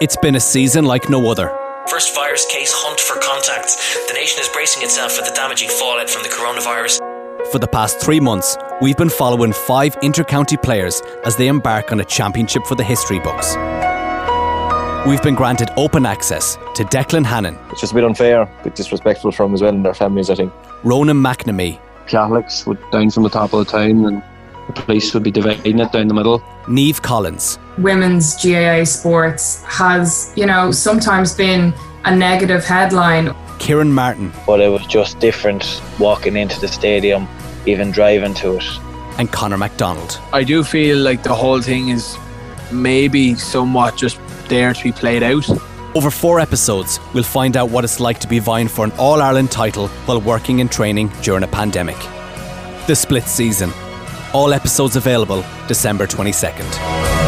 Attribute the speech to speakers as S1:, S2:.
S1: It's been a season like no other.
S2: First virus case hunt for contacts. The nation is bracing itself for the damaging fallout from the coronavirus.
S1: For the past three months, we've been following five intercounty players as they embark on a championship for the history books. We've been granted open access to Declan Hannon,
S3: It's just a bit unfair, a bit disrespectful from as well and their families, I think.
S1: Ronan McNamee,
S4: Catholics would down from the top of the town and the police would be dividing it down the middle.
S1: Neve Collins,
S5: women's GAA sports has, you know, sometimes been a negative headline.
S1: Kieran Martin,
S6: but it was just different walking into the stadium, even driving to it.
S1: and Connor MacDonald.
S7: I do feel like the whole thing is maybe somewhat just there to be played out.
S1: Over four episodes, we'll find out what it's like to be vying for an All Ireland title while working and training during a pandemic. The Split Season. All episodes available December 22nd.